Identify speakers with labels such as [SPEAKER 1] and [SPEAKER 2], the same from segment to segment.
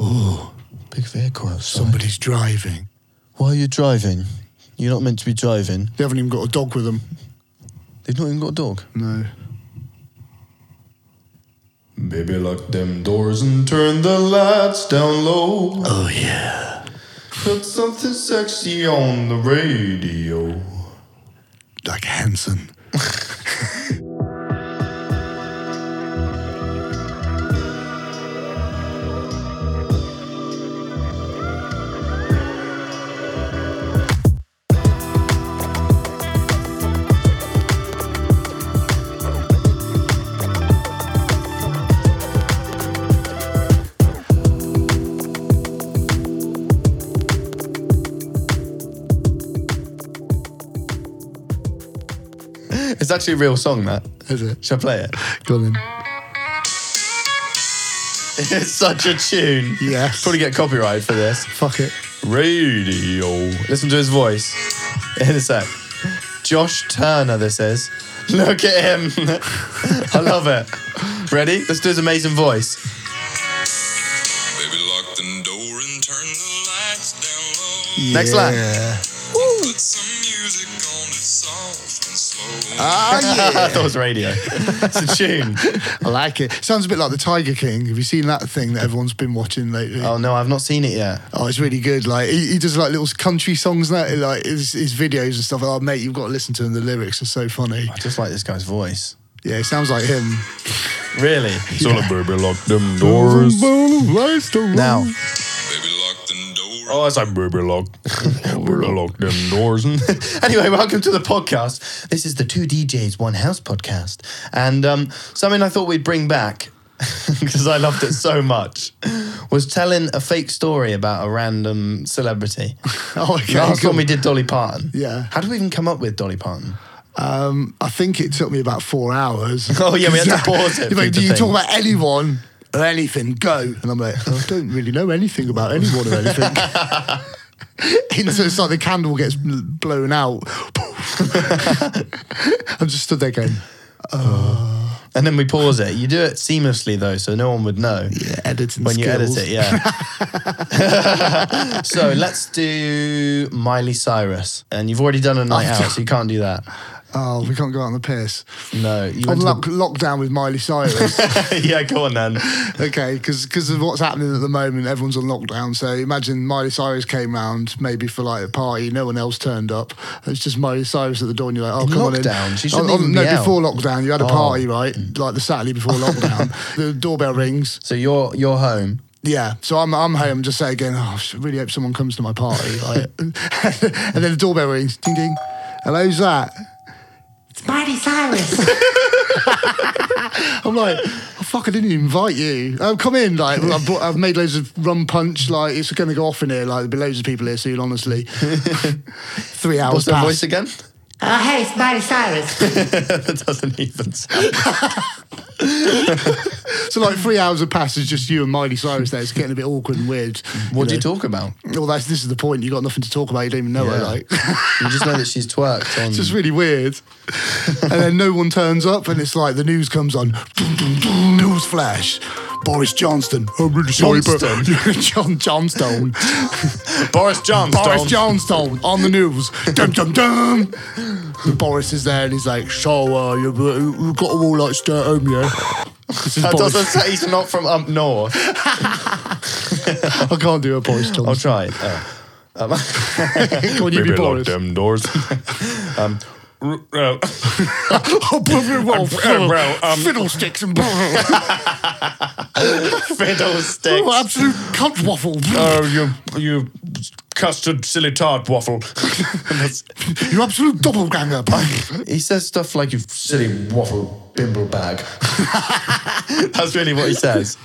[SPEAKER 1] Oh,
[SPEAKER 2] Big vehicle outside.
[SPEAKER 1] somebody's driving.
[SPEAKER 2] Why are you driving? You're not meant to be driving.
[SPEAKER 1] They haven't even got a dog with them.
[SPEAKER 2] They've not even got a dog.
[SPEAKER 1] No.
[SPEAKER 3] Baby, lock them doors and turn the lights down low.
[SPEAKER 1] Oh yeah.
[SPEAKER 3] Put something sexy on the radio.
[SPEAKER 1] Like Hanson.
[SPEAKER 2] It's actually a real song, that.
[SPEAKER 1] Is it?
[SPEAKER 2] Shall I play it?
[SPEAKER 1] Go on then.
[SPEAKER 2] It's such a tune.
[SPEAKER 1] Yes.
[SPEAKER 2] Probably get copyright for this.
[SPEAKER 1] Fuck it.
[SPEAKER 2] Radio. Listen to his voice. In a sec. Josh Turner, this is. Look at him. I love it. Ready? Let's do his amazing voice.
[SPEAKER 4] Baby, lock the door and turn the lights down low.
[SPEAKER 2] Next line.
[SPEAKER 1] Yeah.
[SPEAKER 4] Put some music on that's soft and slow.
[SPEAKER 1] Ah.
[SPEAKER 2] I thought it was radio. It's a tune.
[SPEAKER 1] I like it. Sounds a bit like the Tiger King. Have you seen that thing that everyone's been watching lately?
[SPEAKER 2] Oh no, I've not seen it yet.
[SPEAKER 1] Oh, it's really good. Like he, he does like little country songs and that, like his, his videos and stuff. Oh, mate, you've got to listen to them. The lyrics are so funny.
[SPEAKER 2] I just like this guy's voice.
[SPEAKER 1] Yeah, it sounds like him.
[SPEAKER 2] Really?
[SPEAKER 3] So the baby, lock them doors.
[SPEAKER 2] Now,
[SPEAKER 4] Baby, lock the door.
[SPEAKER 3] Oh, it's like baby, lock. baby, lock them doors.
[SPEAKER 2] anyway, welcome to the podcast. This is the Two DJs One House podcast, and um, something I thought we'd bring back because I loved it so much was telling a fake story about a random celebrity.
[SPEAKER 1] Oh, okay.
[SPEAKER 2] Last
[SPEAKER 1] cool.
[SPEAKER 2] one we did Dolly Parton.
[SPEAKER 1] Yeah.
[SPEAKER 2] How did we even come up with Dolly Parton?
[SPEAKER 1] Um, I think it took me about four hours.
[SPEAKER 2] Oh, yeah, we had to pause it
[SPEAKER 1] You're like,
[SPEAKER 2] for the
[SPEAKER 1] do you talk
[SPEAKER 2] thing."
[SPEAKER 1] about anyone or anything? Go. And I'm like, I don't really know anything about anyone or anything. and so it's like the candle gets bl- blown out. I'm just stood there going,
[SPEAKER 2] And then we pause it. You do it seamlessly though, so no one would know.
[SPEAKER 1] yeah, editing
[SPEAKER 2] when you
[SPEAKER 1] skills.
[SPEAKER 2] edit it, yeah. so let's do Miley Cyrus, and you've already done a night out, so you can't do that.
[SPEAKER 1] Oh, we can't go out on the piss.
[SPEAKER 2] No, you
[SPEAKER 1] I'm
[SPEAKER 2] went to
[SPEAKER 1] lock- lockdown with Miley Cyrus.
[SPEAKER 2] the- yeah, go on then.
[SPEAKER 1] okay, because of what's happening at the moment, everyone's on lockdown. So imagine Miley Cyrus came round maybe for like a party, no one else turned up. It's just Miley Cyrus at the door, and you're like, oh,
[SPEAKER 2] In
[SPEAKER 1] come on in.
[SPEAKER 2] lockdown? She shouldn't
[SPEAKER 1] Oh, oh,
[SPEAKER 2] even
[SPEAKER 1] no,
[SPEAKER 2] be out.
[SPEAKER 1] before lockdown, you had a
[SPEAKER 2] Oh.
[SPEAKER 1] party, right? Like the Saturday before lockdown. the doorbell rings.
[SPEAKER 2] So you're you're home.
[SPEAKER 1] Yeah, so I'm I'm home. Just say again. Oh, I really hope someone comes to my party. Like, and then the doorbell rings. Ding ding. Hello, who's that?
[SPEAKER 5] Miley Cyrus.
[SPEAKER 1] I'm like, oh, fuck, I didn't even invite you. Oh, come in. Like, I've, brought, I've made loads of rum punch. Like, it's going to go off in here. Like, there'll be loads of people here soon, honestly. Three hours
[SPEAKER 2] What's the
[SPEAKER 1] past.
[SPEAKER 2] voice again?
[SPEAKER 5] Oh, hey, it's Miley Cyrus.
[SPEAKER 2] that doesn't even sound.
[SPEAKER 1] So, like, three hours have passed. It's just you and Miley Cyrus there. It's getting a bit awkward and weird.
[SPEAKER 2] What do you talk about?
[SPEAKER 1] Well, that's, this is the point. You've got nothing to talk about. You don't even know her.
[SPEAKER 2] Yeah.
[SPEAKER 1] Like,
[SPEAKER 2] You just know that she's twerked on.
[SPEAKER 1] it's just really weird. and then no one turns up, and it's like the news comes on. news flash. Boris Johnston. I'm really sorry, but John Johnstone.
[SPEAKER 2] Boris Johnson.
[SPEAKER 1] Boris Johnstone on the news. dum dum dum. Boris is there and he's like, "So uh, you you got to all like stay at home, yeah." This is
[SPEAKER 2] That
[SPEAKER 1] Boris.
[SPEAKER 2] doesn't say he's not from up north.
[SPEAKER 1] I can't do a Boris
[SPEAKER 2] I'll
[SPEAKER 1] Johnson.
[SPEAKER 2] try it. Oh. Um,
[SPEAKER 1] Can you
[SPEAKER 3] Baby,
[SPEAKER 1] be
[SPEAKER 3] lock
[SPEAKER 1] Boris?
[SPEAKER 3] them doors. um, r- uh,
[SPEAKER 1] Oh, blah, blah, blah,
[SPEAKER 3] Uh, bro, um,
[SPEAKER 1] fiddlesticks and blah,
[SPEAKER 2] fiddlesticks.
[SPEAKER 1] oh, absolute cunt waffle.
[SPEAKER 3] uh, you, you custard silly tart waffle.
[SPEAKER 1] you absolute doppelganger.
[SPEAKER 2] He says stuff like you silly waffle bimble bag. That's really what he says.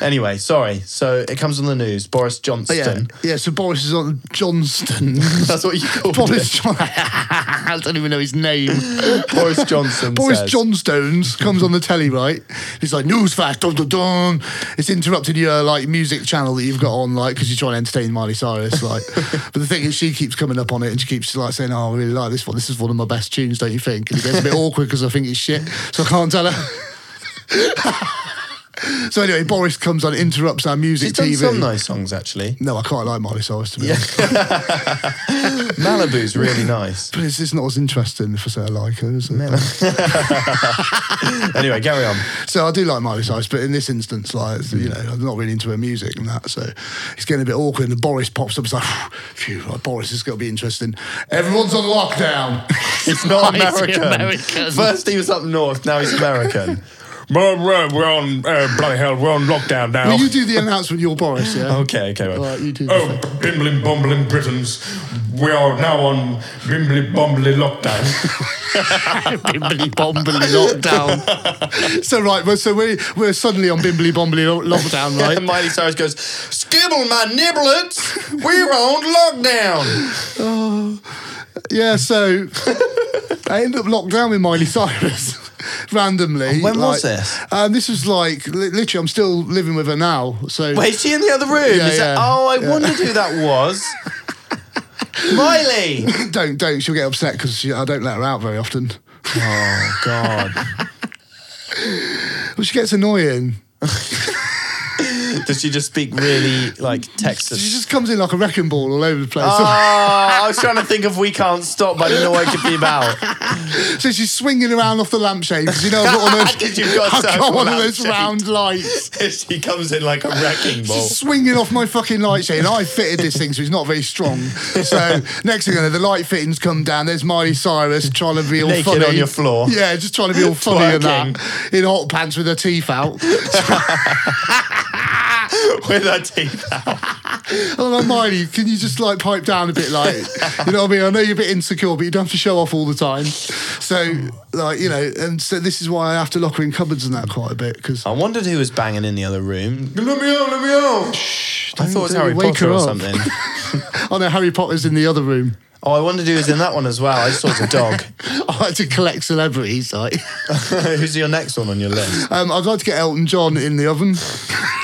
[SPEAKER 2] Anyway, sorry. So it comes on the news. Boris
[SPEAKER 6] Oh,
[SPEAKER 2] Johnson.
[SPEAKER 1] yeah, yeah. So Boris is on Johnston.
[SPEAKER 2] That's what you call
[SPEAKER 1] Boris John- I don't even know his name.
[SPEAKER 2] it. Boris Johnson.
[SPEAKER 1] Boris
[SPEAKER 2] says.
[SPEAKER 1] Johnstones comes on the telly, right? He's like, newsflash, dun dun dun. It's interrupted your like music channel that you've got on, like, because you're trying to entertain Miley Cyrus, like. but the thing is, she keeps coming up on it and she keeps like saying, "Oh, I really like this one. This is one of my best tunes, don't you think?" And it gets a bit awkward because I think it's shit, so I can't tell her. So anyway, Boris comes on, interrupts our music
[SPEAKER 2] She's done
[SPEAKER 1] TV.
[SPEAKER 2] some nice songs actually.
[SPEAKER 1] No, I quite like Miley Cyrus to be honest.
[SPEAKER 2] Malibu's really nice.
[SPEAKER 1] But it's just not as interesting for say I like her, is it?
[SPEAKER 2] Anyway, carry on.
[SPEAKER 1] So I do like Miley Cyrus, but in this instance, like it's, you know, I'm not really into her music and that. So it's getting a bit awkward. And Boris pops up, it's like, phew, right, Boris this is going to be interesting. Everyone's on lockdown.
[SPEAKER 2] It's not
[SPEAKER 6] Why is he
[SPEAKER 2] American.
[SPEAKER 6] American?
[SPEAKER 2] First he was up north, now he's American.
[SPEAKER 7] Well, well, We're on uh, bloody hell. We're on lockdown now.
[SPEAKER 1] Well, you do the announcement. You're Boris, yeah.
[SPEAKER 2] Okay, okay. Well.
[SPEAKER 1] Right, Oh, you do. The
[SPEAKER 7] Oh, bimbling, bumbling Britons, we are now on bimbly, bumbly lockdown.
[SPEAKER 6] Bimbly bombly lockdown.
[SPEAKER 1] So right, well, so we're we're suddenly on bimbly bombly lo- lockdown, right?
[SPEAKER 2] And Miley Cyrus goes, Skibble my niblets, we're on lockdown.
[SPEAKER 1] Yeah, so I end up locked down with Miley Cyrus randomly.
[SPEAKER 2] When was
[SPEAKER 1] like-
[SPEAKER 2] this?
[SPEAKER 1] Um, this was like li- literally, I'm still living with her now. So
[SPEAKER 2] Wait, is she in the other room?
[SPEAKER 1] Yeah,
[SPEAKER 2] Is that-
[SPEAKER 1] yeah,
[SPEAKER 2] oh, I
[SPEAKER 1] yeah.
[SPEAKER 2] wondered who that was. Miley!
[SPEAKER 1] don't don't she'll get upset because I don't let her out very often.
[SPEAKER 2] Oh, God.
[SPEAKER 1] Well, she gets annoying.
[SPEAKER 2] Does she just speak really like
[SPEAKER 1] She
[SPEAKER 2] Texas?
[SPEAKER 1] just comes in like a wrecking ball all over the place.
[SPEAKER 2] Oh, I was trying to think of We Can't Stop, but I didn't know what it could be about.
[SPEAKER 1] so she's swinging around off the lampshade because you know I've got one of those,
[SPEAKER 2] Did you got
[SPEAKER 1] I've
[SPEAKER 2] so
[SPEAKER 1] got one of those
[SPEAKER 2] lampshade?
[SPEAKER 1] round lights.
[SPEAKER 2] she comes in like a wrecking ball.
[SPEAKER 1] She's swinging off my fucking light shade. And I fitted this thing, so it's not very strong. So next thing I know, the light fittings come down. There's Miley Cyrus trying to be all
[SPEAKER 2] Naked
[SPEAKER 1] funny
[SPEAKER 2] on your floor.
[SPEAKER 1] Yeah, just trying to be all funny and that in hot pants with her teeth out.
[SPEAKER 2] With her teeth out.
[SPEAKER 1] I'm like, Miley, can you just like pipe down a bit? Like, you know what I mean? I know you're a bit insecure, but you don't have to show off all the time. So, like, you know, and so this is why I have to lock her in cupboards and that quite a bit because
[SPEAKER 2] I wondered who was banging in the other room.
[SPEAKER 3] Let me out, let me
[SPEAKER 2] I
[SPEAKER 3] out.
[SPEAKER 2] thought it was
[SPEAKER 1] don't
[SPEAKER 2] Harry
[SPEAKER 1] wake
[SPEAKER 2] Potter
[SPEAKER 1] her
[SPEAKER 2] or
[SPEAKER 1] up.
[SPEAKER 2] something.
[SPEAKER 1] I know Harry Potter's in the other room.
[SPEAKER 2] Oh, I wondered who was in that one as well. I just saw it's a dog.
[SPEAKER 1] I like to collect celebrities. Like,
[SPEAKER 2] Who's your next one on your list?
[SPEAKER 1] um, I'd like to get Elton John in the oven.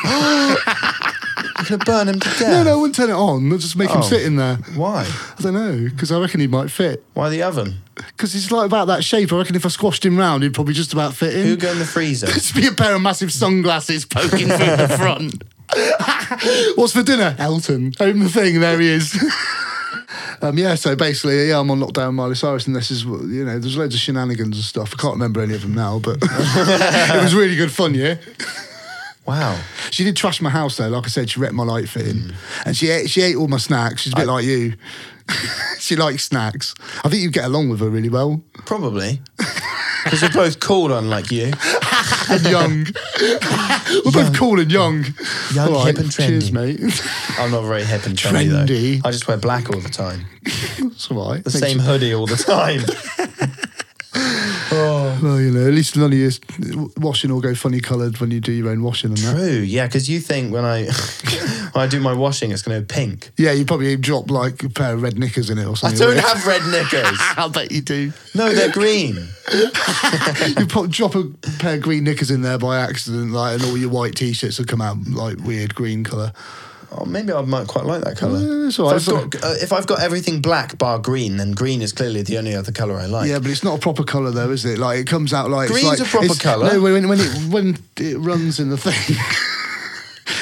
[SPEAKER 2] I'm gonna burn him to death.
[SPEAKER 1] No, no, I wouldn't turn it on. I'll just make
[SPEAKER 2] Oh.
[SPEAKER 1] him sit in there.
[SPEAKER 2] Why?
[SPEAKER 1] I don't know because I reckon he might fit
[SPEAKER 2] Why the oven?
[SPEAKER 1] because he's like about that shape. I reckon if I squashed him round, he'd probably just about fit in.
[SPEAKER 2] Who go in the freezer?
[SPEAKER 1] Just be a pair of massive sunglasses poking through the front. What's for dinner? Elton. Open the thing. There he is. um, yeah. So basically, yeah, I'm on lockdown, Miley Cyrus, and this is what- you know, there's loads of shenanigans and stuff. I can't remember any of them now, but it was really good fun. Yeah.
[SPEAKER 2] Wow.
[SPEAKER 1] She did trash my house though. Like I said, she wrecked my light fitting, and she ate, she ate all my snacks. She's a bit like you. she likes snacks. I think you get along with her really well.
[SPEAKER 2] Probably. Because you're both cool, unlike you.
[SPEAKER 1] And young. We're both cool and young.
[SPEAKER 2] Young,
[SPEAKER 1] All
[SPEAKER 2] hip and
[SPEAKER 1] Cheers,
[SPEAKER 2] trendy.
[SPEAKER 1] mate.
[SPEAKER 2] I'm not very hip and trendy,
[SPEAKER 1] Trendy.
[SPEAKER 2] though. I just wear black all the time.
[SPEAKER 1] It's all right.
[SPEAKER 2] The
[SPEAKER 1] Makes
[SPEAKER 2] same hoodie all the time.
[SPEAKER 1] you- Well, you know, at least none of your washing will go funny coloured when you do your own washing and that.
[SPEAKER 2] True, yeah, because you think when I when I do my washing, it's going to be pink.
[SPEAKER 1] Yeah, you probably drop like a pair of red knickers in it or
[SPEAKER 2] I
[SPEAKER 1] something.
[SPEAKER 2] don't have red knickers.
[SPEAKER 6] I bet you do.
[SPEAKER 2] No, they're green.
[SPEAKER 1] You pop, drop a pair of green knickers in there by accident, like, and all your white t-shirts will come out like weird green colour.
[SPEAKER 2] Oh, maybe I might quite like that colour.
[SPEAKER 1] Yeah, it's
[SPEAKER 2] if,
[SPEAKER 1] all
[SPEAKER 2] I've
[SPEAKER 1] right.
[SPEAKER 2] got, uh, if I've got everything black bar green, then green is clearly the only other colour I like.
[SPEAKER 1] Yeah, but it's not a proper colour though, is it? Like it comes out like
[SPEAKER 2] Green's
[SPEAKER 1] it's like,
[SPEAKER 2] a proper
[SPEAKER 1] it's-
[SPEAKER 2] colour.
[SPEAKER 1] No, when, when it when it runs in the thing.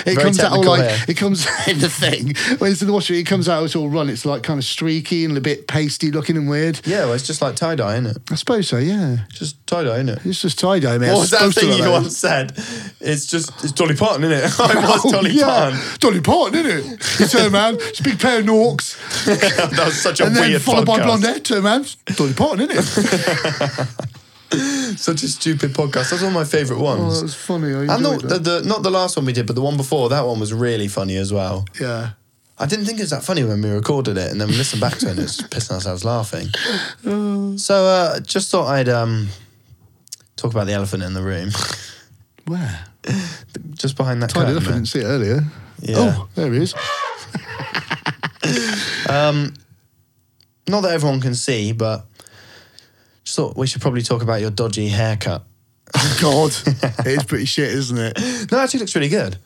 [SPEAKER 1] It
[SPEAKER 2] Very
[SPEAKER 1] comes out all
[SPEAKER 2] technical
[SPEAKER 1] like
[SPEAKER 2] there.
[SPEAKER 1] it comes in the thing when it's in the washer. It comes out it's all run. It's like kind of streaky and a bit pasty looking and weird.
[SPEAKER 2] Yeah, well, it's just like tie dye, isn't it?
[SPEAKER 1] I suppose so. Yeah,
[SPEAKER 2] Just tie dye, isn't it?
[SPEAKER 1] it's just tie dye.
[SPEAKER 2] What was that thing you once said? It's just it's Dolly Parton, isn't it? I was Dolly Parton.
[SPEAKER 1] Oh, Dolly Parton, isn't it? You turn around, it's a big pair of norks,
[SPEAKER 2] that was such a
[SPEAKER 1] and then
[SPEAKER 2] weird
[SPEAKER 1] followed by
[SPEAKER 2] podcast.
[SPEAKER 1] blondette. Turn around, Dolly Parton, isn't it?
[SPEAKER 2] Such a stupid podcast. That's one of my favourite
[SPEAKER 1] oh,
[SPEAKER 2] ones.
[SPEAKER 1] that was funny. I
[SPEAKER 2] and
[SPEAKER 1] enjoyed
[SPEAKER 2] the, the, the,
[SPEAKER 1] that.
[SPEAKER 2] not the last one we did, but the one before that one was really funny as well.
[SPEAKER 1] Yeah.
[SPEAKER 2] I didn't think it was that funny when we recorded it, and then we listened back to it, and it's pissing ourselves laughing.
[SPEAKER 1] Oh.
[SPEAKER 2] So, uh, just thought I'd um, talk about the elephant in the room,
[SPEAKER 1] Where?
[SPEAKER 2] just behind that
[SPEAKER 1] Tied it
[SPEAKER 2] curtain.
[SPEAKER 1] up. I
[SPEAKER 2] there.
[SPEAKER 1] didn't see it earlier.
[SPEAKER 2] Yeah.
[SPEAKER 1] Oh, there he is.
[SPEAKER 2] Not that everyone can see, but just thought we should probably talk about your dodgy haircut.
[SPEAKER 1] God, it is pretty shit, isn't it?
[SPEAKER 2] No, it actually looks really good,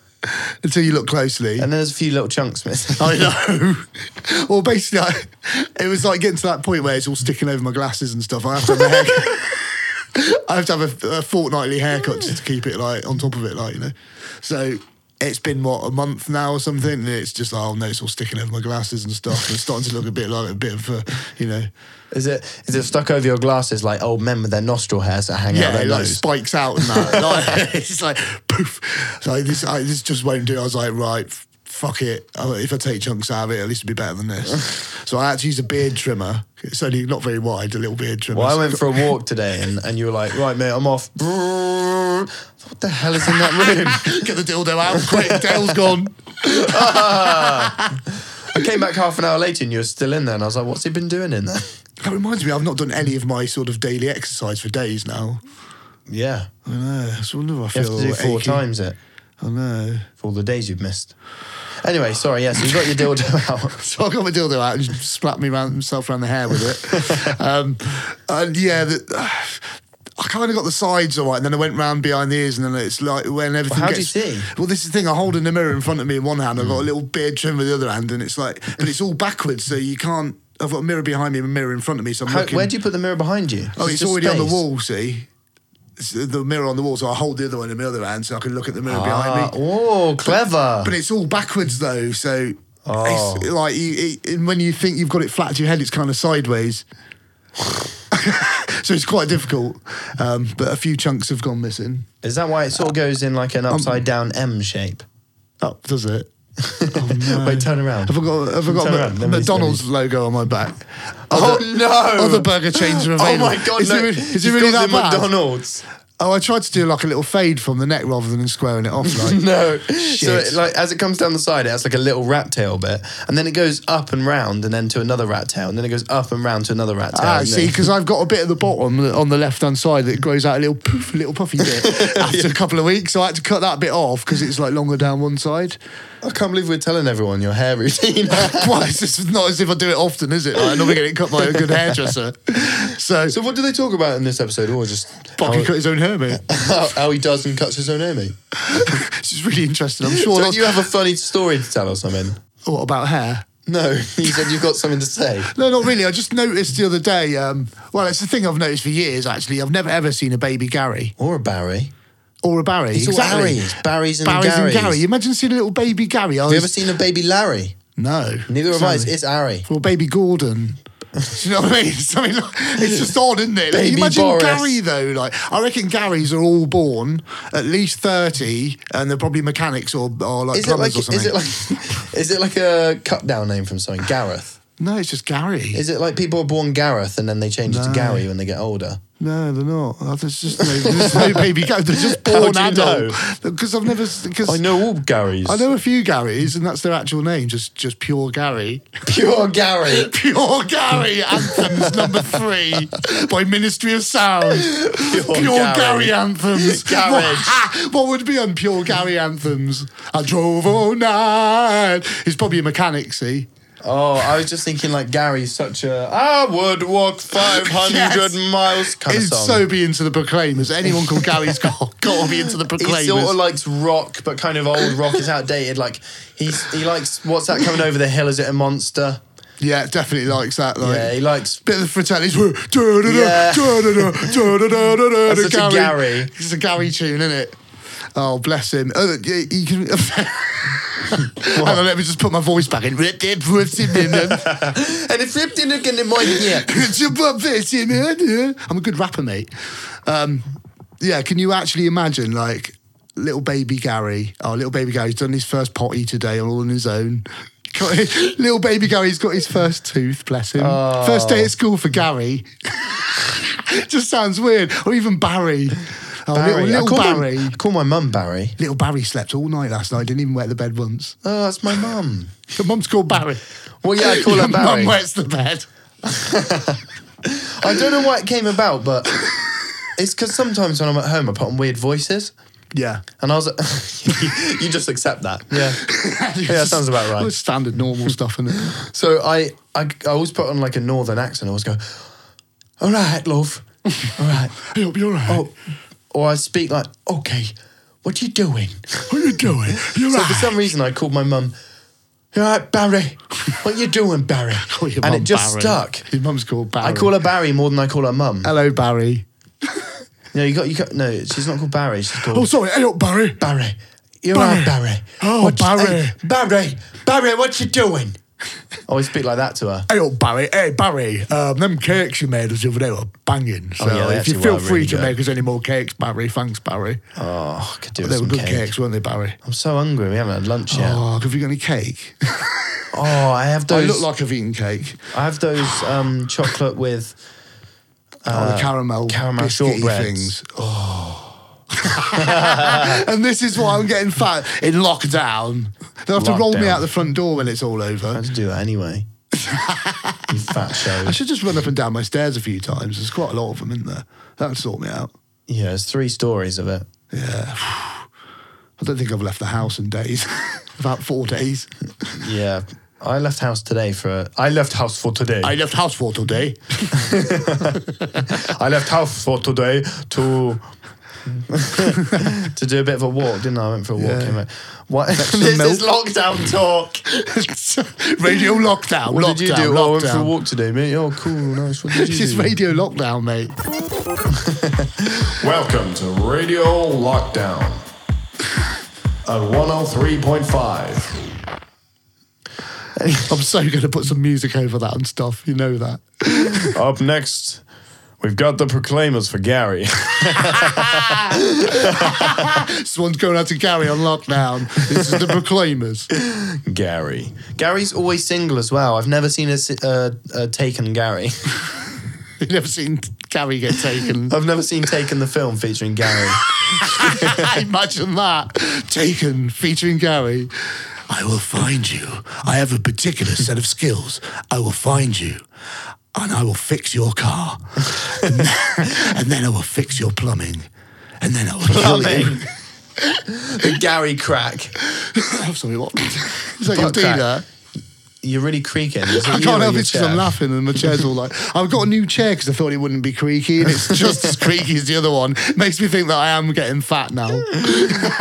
[SPEAKER 1] Until you look closely.
[SPEAKER 2] and there's a few little chunks missing.
[SPEAKER 1] I know. well, basically, I, it was like getting to that point where it's all sticking over my glasses and stuff. I have to have a haircut. I have to have a, a fortnightly haircut just to keep it like on top of it, like you know. So it's been what a month now or something. And it's just oh no, it's all sticking over my glasses and stuff. And it's starting to look a bit like a bit of a, you know,
[SPEAKER 2] Is it is it stuck over your glasses like old men with their nostril hairs that hang out
[SPEAKER 1] yeah,
[SPEAKER 2] their
[SPEAKER 1] it like
[SPEAKER 2] nose?
[SPEAKER 1] spikes out and that. like, it's just like poof. So this, I, this just won't do. I was like, right, f- fuck it. I was like, if I take chunks out of it, at least it'll be better than this. so I actually use a beard trimmer. It's only not very wide, a little beard trimmer.
[SPEAKER 2] Well, I
[SPEAKER 1] So-
[SPEAKER 2] went for a walk today, and, and you were like, "Right, mate, I'm off." What the hell is in that room?
[SPEAKER 1] Get the dildo out quick. Dale's gone.
[SPEAKER 2] I came back half an hour later, and you were still in there, and I was like, "What's he been doing in there?"
[SPEAKER 1] That reminds me, I've not done any of my sort of daily exercise for days now.
[SPEAKER 2] Yeah,
[SPEAKER 1] I know. It's wonder I
[SPEAKER 2] you
[SPEAKER 1] feel
[SPEAKER 2] have to do four
[SPEAKER 1] achy.
[SPEAKER 2] times it
[SPEAKER 1] I know.
[SPEAKER 2] for all the days you've missed. Anyway, sorry. Yeah, so you got your dildo out.
[SPEAKER 1] So I got my dildo out and just splat me round, myself around the hair with it. um, and yeah, the, I kind of got the sides all right, and then I went round behind the ears, and then it's like when everything
[SPEAKER 2] how do
[SPEAKER 1] gets.
[SPEAKER 2] you see? Hmm.
[SPEAKER 1] Well, this is the thing. I hold in the mirror in front of me in one hand. I've got a little beard trim with the other hand, and it's like, but it's all backwards, so you can't. I've got a mirror behind me and a mirror in front of me, so I'm
[SPEAKER 2] How,
[SPEAKER 1] looking.
[SPEAKER 2] where do you put the mirror behind you?
[SPEAKER 1] Oh,
[SPEAKER 2] Is it
[SPEAKER 1] it's
[SPEAKER 2] just
[SPEAKER 1] already on the
[SPEAKER 2] space?
[SPEAKER 1] wall, see? It's the- the mirror on the wall, so I hold the other one in the other hand so I can look at the mirror
[SPEAKER 2] Ah,
[SPEAKER 1] behind me.
[SPEAKER 2] oh, clever.
[SPEAKER 1] But it's all backwards, though, so it's like, you, it, and when you think you've got it flat to your head, it's kind of sideways. so it's quite difficult, um, but a few chunks have gone missing.
[SPEAKER 2] is that why it sort of goes in like an
[SPEAKER 1] Um,
[SPEAKER 2] upside down M shape?
[SPEAKER 1] Oh, does it? Oh,
[SPEAKER 2] Wait, turn around.
[SPEAKER 1] Have I got, have I got
[SPEAKER 2] Turn
[SPEAKER 1] Ma-
[SPEAKER 2] around, let me-
[SPEAKER 1] McDonald's logo on my back?
[SPEAKER 2] Oh,
[SPEAKER 1] Other-
[SPEAKER 2] no.
[SPEAKER 1] Other burger chains are
[SPEAKER 2] Oh
[SPEAKER 1] available.
[SPEAKER 2] my god!
[SPEAKER 1] Is
[SPEAKER 2] no.
[SPEAKER 1] it, re- is it
[SPEAKER 2] You've
[SPEAKER 1] really
[SPEAKER 2] got
[SPEAKER 1] that
[SPEAKER 2] the
[SPEAKER 1] bad?
[SPEAKER 2] McDonald's?
[SPEAKER 1] Oh, I tried to do like a little fade from the neck rather than squaring it off. Like.
[SPEAKER 2] No. So it, like as it comes down the side, it has like a little rat tail bit, and then it goes up and round, and then to another rat tail, and then it goes up and round to another rat tail.
[SPEAKER 1] Ah,
[SPEAKER 2] and
[SPEAKER 1] see,
[SPEAKER 2] then-
[SPEAKER 1] because I've got a bit of the bottom that- on the left hand side that grows out a little poof, a little puffy bit after a couple of weeks. So I had to cut that bit off because it's like longer down one side.
[SPEAKER 2] I can't believe we're telling everyone your hair routine.
[SPEAKER 1] well, it's just not as if I do it often, is it? Like, I normally get it cut by a good hairdresser. So,
[SPEAKER 2] so what do they talk about in this episode? Or just
[SPEAKER 1] Bob can cut his own hair, mate.
[SPEAKER 2] how, how he does and cuts his own hair, mate.
[SPEAKER 1] This is really interesting. I'm sure.
[SPEAKER 2] Don't
[SPEAKER 1] That's,
[SPEAKER 2] you have a funny story to tell or something?
[SPEAKER 1] what about hair?
[SPEAKER 2] No, he said you've got something to say.
[SPEAKER 1] No, not really. I just noticed the other day. Um, well, it's a thing I've noticed for years, actually. I've never ever seen a baby Gary
[SPEAKER 2] Or a Barry.
[SPEAKER 1] or a Barry.
[SPEAKER 2] It's all
[SPEAKER 1] exactly.
[SPEAKER 2] Barry's. Barry's and
[SPEAKER 1] Barry's
[SPEAKER 2] Gary's.
[SPEAKER 1] and Gary. You Imagine seeing a little baby Gary. I
[SPEAKER 2] Have you
[SPEAKER 1] was,
[SPEAKER 2] ever seen a baby Larry?
[SPEAKER 1] no.
[SPEAKER 2] Neither have I. It's,
[SPEAKER 1] Sorry.
[SPEAKER 2] it's Ari.
[SPEAKER 1] Or baby Gordon. Do you know what I mean? Something like, it's just odd, isn't it? Like,
[SPEAKER 2] Baby
[SPEAKER 1] imagine
[SPEAKER 2] Boris.
[SPEAKER 1] Gary though. Like, I reckon Garys are all born at least thirty, and they're probably mechanics or, or like
[SPEAKER 2] Is it like?
[SPEAKER 1] plumbers or something.
[SPEAKER 2] Is it like? Is it like a cut down name from something? Gareth.
[SPEAKER 1] no, it's just Gary.
[SPEAKER 2] Is it like people are born Gareth and then they change it to
[SPEAKER 1] No.
[SPEAKER 2] Gary when they get older?
[SPEAKER 1] No, they're not. Oh, There's just no, there's no baby Gary. They're just
[SPEAKER 2] How
[SPEAKER 1] born
[SPEAKER 2] do you
[SPEAKER 1] adult. Because I've never. Because I,
[SPEAKER 2] know all Garys.
[SPEAKER 1] know a few Garys, and that's their actual name. Just just pure Gary.
[SPEAKER 2] pure Gary.
[SPEAKER 1] Pure Gary anthems number three by Ministry of Sound. Pure,
[SPEAKER 2] Gary.
[SPEAKER 1] Gary. anthems.
[SPEAKER 2] Garage.
[SPEAKER 1] What, what would be on Pure Gary anthems? I drove all night. He's probably a mechanic, see.
[SPEAKER 2] Oh, I was just thinking like Gary's such a I would walk five hundred
[SPEAKER 1] Yes.
[SPEAKER 2] miles kind
[SPEAKER 1] He's
[SPEAKER 2] of song.
[SPEAKER 1] so be into the Proclaimers. Anyone called Gary's got, got to be into the
[SPEAKER 2] he
[SPEAKER 1] Proclaimers.
[SPEAKER 2] sort of likes rock, but kind of old rock is outdated. Like he's he likes what's that coming over the hill? Is it a monster?
[SPEAKER 1] yeah, definitely likes that. Like.
[SPEAKER 2] Yeah, he likes.
[SPEAKER 1] Bit of the Fratellis. woo, da-da-da,
[SPEAKER 2] Yeah.
[SPEAKER 1] da-da-da, da-da-da-da-da,
[SPEAKER 2] That's such a Gary.
[SPEAKER 1] It's a Gary tune, isn't it? Oh, bless him. Oh, you you can. Hang on, let me just put my voice back in. I'm
[SPEAKER 2] And if ripped in again in my ear.
[SPEAKER 1] a good rapper, mate. Um, yeah, can you actually imagine, like, little baby Gary? Oh, little baby Gary's done his first potty today all on his own. little baby Gary's got his first tooth, bless him. First
[SPEAKER 2] Oh.
[SPEAKER 1] day at school for Gary. just sounds weird. Or even Barry. Oh,
[SPEAKER 2] Barry. I
[SPEAKER 1] Little, little
[SPEAKER 2] call my-
[SPEAKER 1] Barry.
[SPEAKER 2] I call my mum Barry.
[SPEAKER 1] Little Barry slept all night last night. Didn't even wet the bed once.
[SPEAKER 2] Oh, that's my mum.
[SPEAKER 1] Your mum's called Barry.
[SPEAKER 2] Well, yeah, I call
[SPEAKER 1] Your
[SPEAKER 2] her Barry.
[SPEAKER 1] Mum wets the bed.
[SPEAKER 2] I don't know why it came about, but it's because sometimes when I'm at home, I put on weird voices,
[SPEAKER 1] Yeah.
[SPEAKER 2] and I was like, you just accept that. Yeah.
[SPEAKER 1] yeah,
[SPEAKER 2] sounds about right.
[SPEAKER 1] Standard normal stuff, and
[SPEAKER 2] So I, I, I always put on like a northern accent. I always go, all right, love, all right.
[SPEAKER 1] I hope you're all right.
[SPEAKER 2] Oh, or I speak like, okay, what you doing?
[SPEAKER 1] What are you doing? You're
[SPEAKER 2] So
[SPEAKER 1] right.
[SPEAKER 2] for some reason, I called my mum. All right, Barry. What you doing, Barry?
[SPEAKER 1] Call your
[SPEAKER 2] and
[SPEAKER 1] mum
[SPEAKER 2] it just
[SPEAKER 1] Barry.
[SPEAKER 2] stuck.
[SPEAKER 1] His mum's called Barry.
[SPEAKER 2] I call her Barry more than I call her mum.
[SPEAKER 1] Hello, Barry.
[SPEAKER 2] No, you got you got no. She's not called Barry. She's called
[SPEAKER 1] Oh, sorry, hey up, Barry.
[SPEAKER 2] Barry. You're
[SPEAKER 1] Barry.
[SPEAKER 2] on Barry.
[SPEAKER 1] Oh,
[SPEAKER 2] What you-
[SPEAKER 1] Barry.
[SPEAKER 2] hey, Barry. Barry, what you doing? I always speak like that to her.
[SPEAKER 1] Hey up, Barry. Hey, Barry. Um, them cakes you made us the other day were banging. So
[SPEAKER 2] Oh, yeah, they
[SPEAKER 1] if you
[SPEAKER 2] actually
[SPEAKER 1] feel
[SPEAKER 2] were
[SPEAKER 1] free
[SPEAKER 2] really
[SPEAKER 1] to
[SPEAKER 2] good.
[SPEAKER 1] make us any more cakes, Barry, thanks, Barry.
[SPEAKER 2] Oh, I could do with
[SPEAKER 1] they were
[SPEAKER 2] some
[SPEAKER 1] good
[SPEAKER 2] cake.
[SPEAKER 1] cakes, weren't they, Barry?
[SPEAKER 2] I'm so hungry. We haven't had lunch yet. Oh,
[SPEAKER 1] Oh, have you got any cake?
[SPEAKER 2] I have
[SPEAKER 1] I
[SPEAKER 2] those.
[SPEAKER 1] look like I've eaten cake.
[SPEAKER 2] I have those um, chocolate with.
[SPEAKER 1] oh, the caramel,
[SPEAKER 2] Uh, caramel
[SPEAKER 1] biscuity
[SPEAKER 2] shortbreads.
[SPEAKER 1] things. Oh. and this is why I'm getting fat in lockdown. They'll have to roll me
[SPEAKER 2] Lockdown.
[SPEAKER 1] out the front door when it's all over.
[SPEAKER 2] I had to do that anyway. you fat show.
[SPEAKER 1] I should just run up and down my stairs a few times. There's quite a lot of them, isn't there? That'd sort me out.
[SPEAKER 2] Yeah, there's three stories of it.
[SPEAKER 1] Yeah. I don't think I've left the house in days. About four days.
[SPEAKER 2] Yeah. I left house today for. A, I left house for today.
[SPEAKER 1] I left house for today.
[SPEAKER 2] I left house for today to to do a bit of a walk, didn't I? I went for a walk.
[SPEAKER 1] Yeah.
[SPEAKER 2] came back. What? this
[SPEAKER 1] some
[SPEAKER 2] is lockdown talk.
[SPEAKER 1] radio lockdown.
[SPEAKER 2] What
[SPEAKER 1] lockdown,
[SPEAKER 2] did you do?
[SPEAKER 1] Lockdown.
[SPEAKER 2] Oh, I went for a walk today, mate. Oh, cool, nice. What did you
[SPEAKER 1] It's just
[SPEAKER 2] do?
[SPEAKER 1] radio lockdown, mate.
[SPEAKER 3] Welcome to Radio Lockdown at 103.5.
[SPEAKER 1] I'm so going to put some music over that and stuff. You know that.
[SPEAKER 3] Up next, we've got the Proclaimers for Gary.
[SPEAKER 1] This one's going out to Gary on lockdown. This is the Proclaimers.
[SPEAKER 3] Gary.
[SPEAKER 2] Gary's always single as well. I've never seen a, si- uh, a Taken Gary.
[SPEAKER 1] You've never seen Gary get taken.
[SPEAKER 2] I've never seen Taken the film featuring Gary.
[SPEAKER 1] Imagine that. Taken featuring Gary. I will find you. I have a particular set of skills. I will find you. And I will fix your car. And then, and then I will fix your plumbing. And then I will kill you.
[SPEAKER 2] the Gary crack.
[SPEAKER 1] I'm sorry, what? It's like
[SPEAKER 2] Butt
[SPEAKER 1] do
[SPEAKER 2] crack.
[SPEAKER 1] that.
[SPEAKER 2] You're really creaking. There's a
[SPEAKER 1] I
[SPEAKER 2] you
[SPEAKER 1] can't
[SPEAKER 2] on
[SPEAKER 1] help it
[SPEAKER 2] your
[SPEAKER 1] because I'm
[SPEAKER 2] chair.
[SPEAKER 1] laughing and my chair's all like, I've got a new chair because I thought it wouldn't be creaky and it's just as creaky as the other one. Makes me think that I am getting fat now.
[SPEAKER 2] Yeah,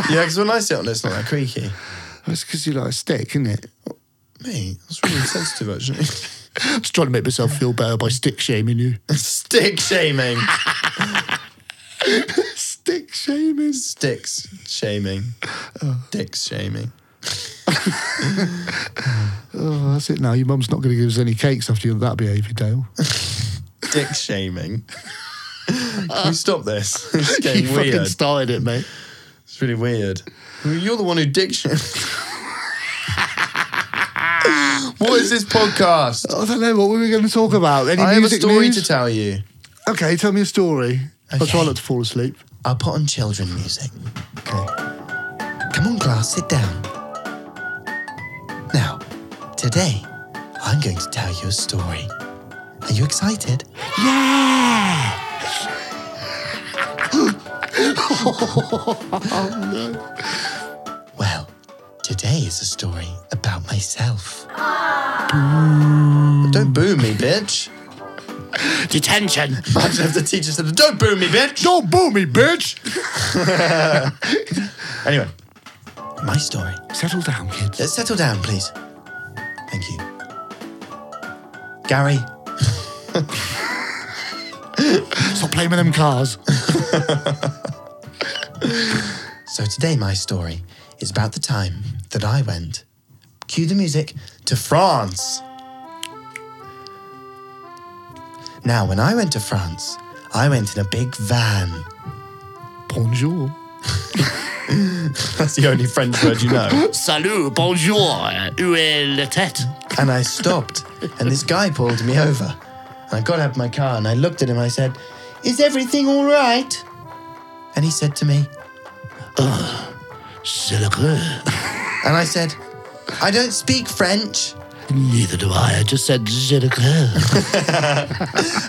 [SPEAKER 2] because when I sit on it, it's not that creaky.
[SPEAKER 1] It's because you're like a stick, isn't it?
[SPEAKER 2] Mate, that's really sensitive, actually.
[SPEAKER 1] Just trying to make myself feel better by stick shaming you.
[SPEAKER 2] Stick shaming.
[SPEAKER 1] stick shaming.
[SPEAKER 2] Sticks shaming. Dicks shaming.
[SPEAKER 1] Oh, that's it now. Your mum's not going to give us any cakes after you that behaviour, Dale.
[SPEAKER 2] Dick shaming. Can we stop this? It's
[SPEAKER 1] you
[SPEAKER 2] getting
[SPEAKER 1] fucking
[SPEAKER 2] weird.
[SPEAKER 1] started it, mate.
[SPEAKER 2] It's really weird. Well, You're the one who dick shamed. what is this podcast?
[SPEAKER 1] I don't know what we were going to talk about. Any
[SPEAKER 2] I have a
[SPEAKER 1] music
[SPEAKER 2] story
[SPEAKER 1] news?
[SPEAKER 2] to tell you.
[SPEAKER 1] Okay, tell me a story. I'll
[SPEAKER 2] Okay.
[SPEAKER 1] try not to fall asleep.
[SPEAKER 2] I'll put on children music. Come on, class, sit down. Now, today, I'm going to tell you a story. Are you excited? Yeah! Well, today is a story about myself. Don't boo me, bitch.
[SPEAKER 6] Detention.
[SPEAKER 2] Imagine if the teacher said, Don't boo me, bitch!
[SPEAKER 1] Don't boo me, bitch.
[SPEAKER 2] Anyway, my story.
[SPEAKER 1] Settle down, kids.
[SPEAKER 2] Let's settle down, please. Thank you. Gary,
[SPEAKER 1] Stop playing with them cars.
[SPEAKER 2] so today my story is about the time that I went, cue the music, to France. Now, when I went to France, I went in a big van.
[SPEAKER 1] Bonjour.
[SPEAKER 2] That's the only French word you know.
[SPEAKER 6] Salut, bonjour. Où est la tête?
[SPEAKER 2] and I stopped, and this guy pulled me over. And I got out of my car and I looked at him. I said, Is everything all right? And he said to me,
[SPEAKER 6] C'est le creux.
[SPEAKER 2] And I said, I don't speak French.
[SPEAKER 6] Neither do I. I just said c'est le creux.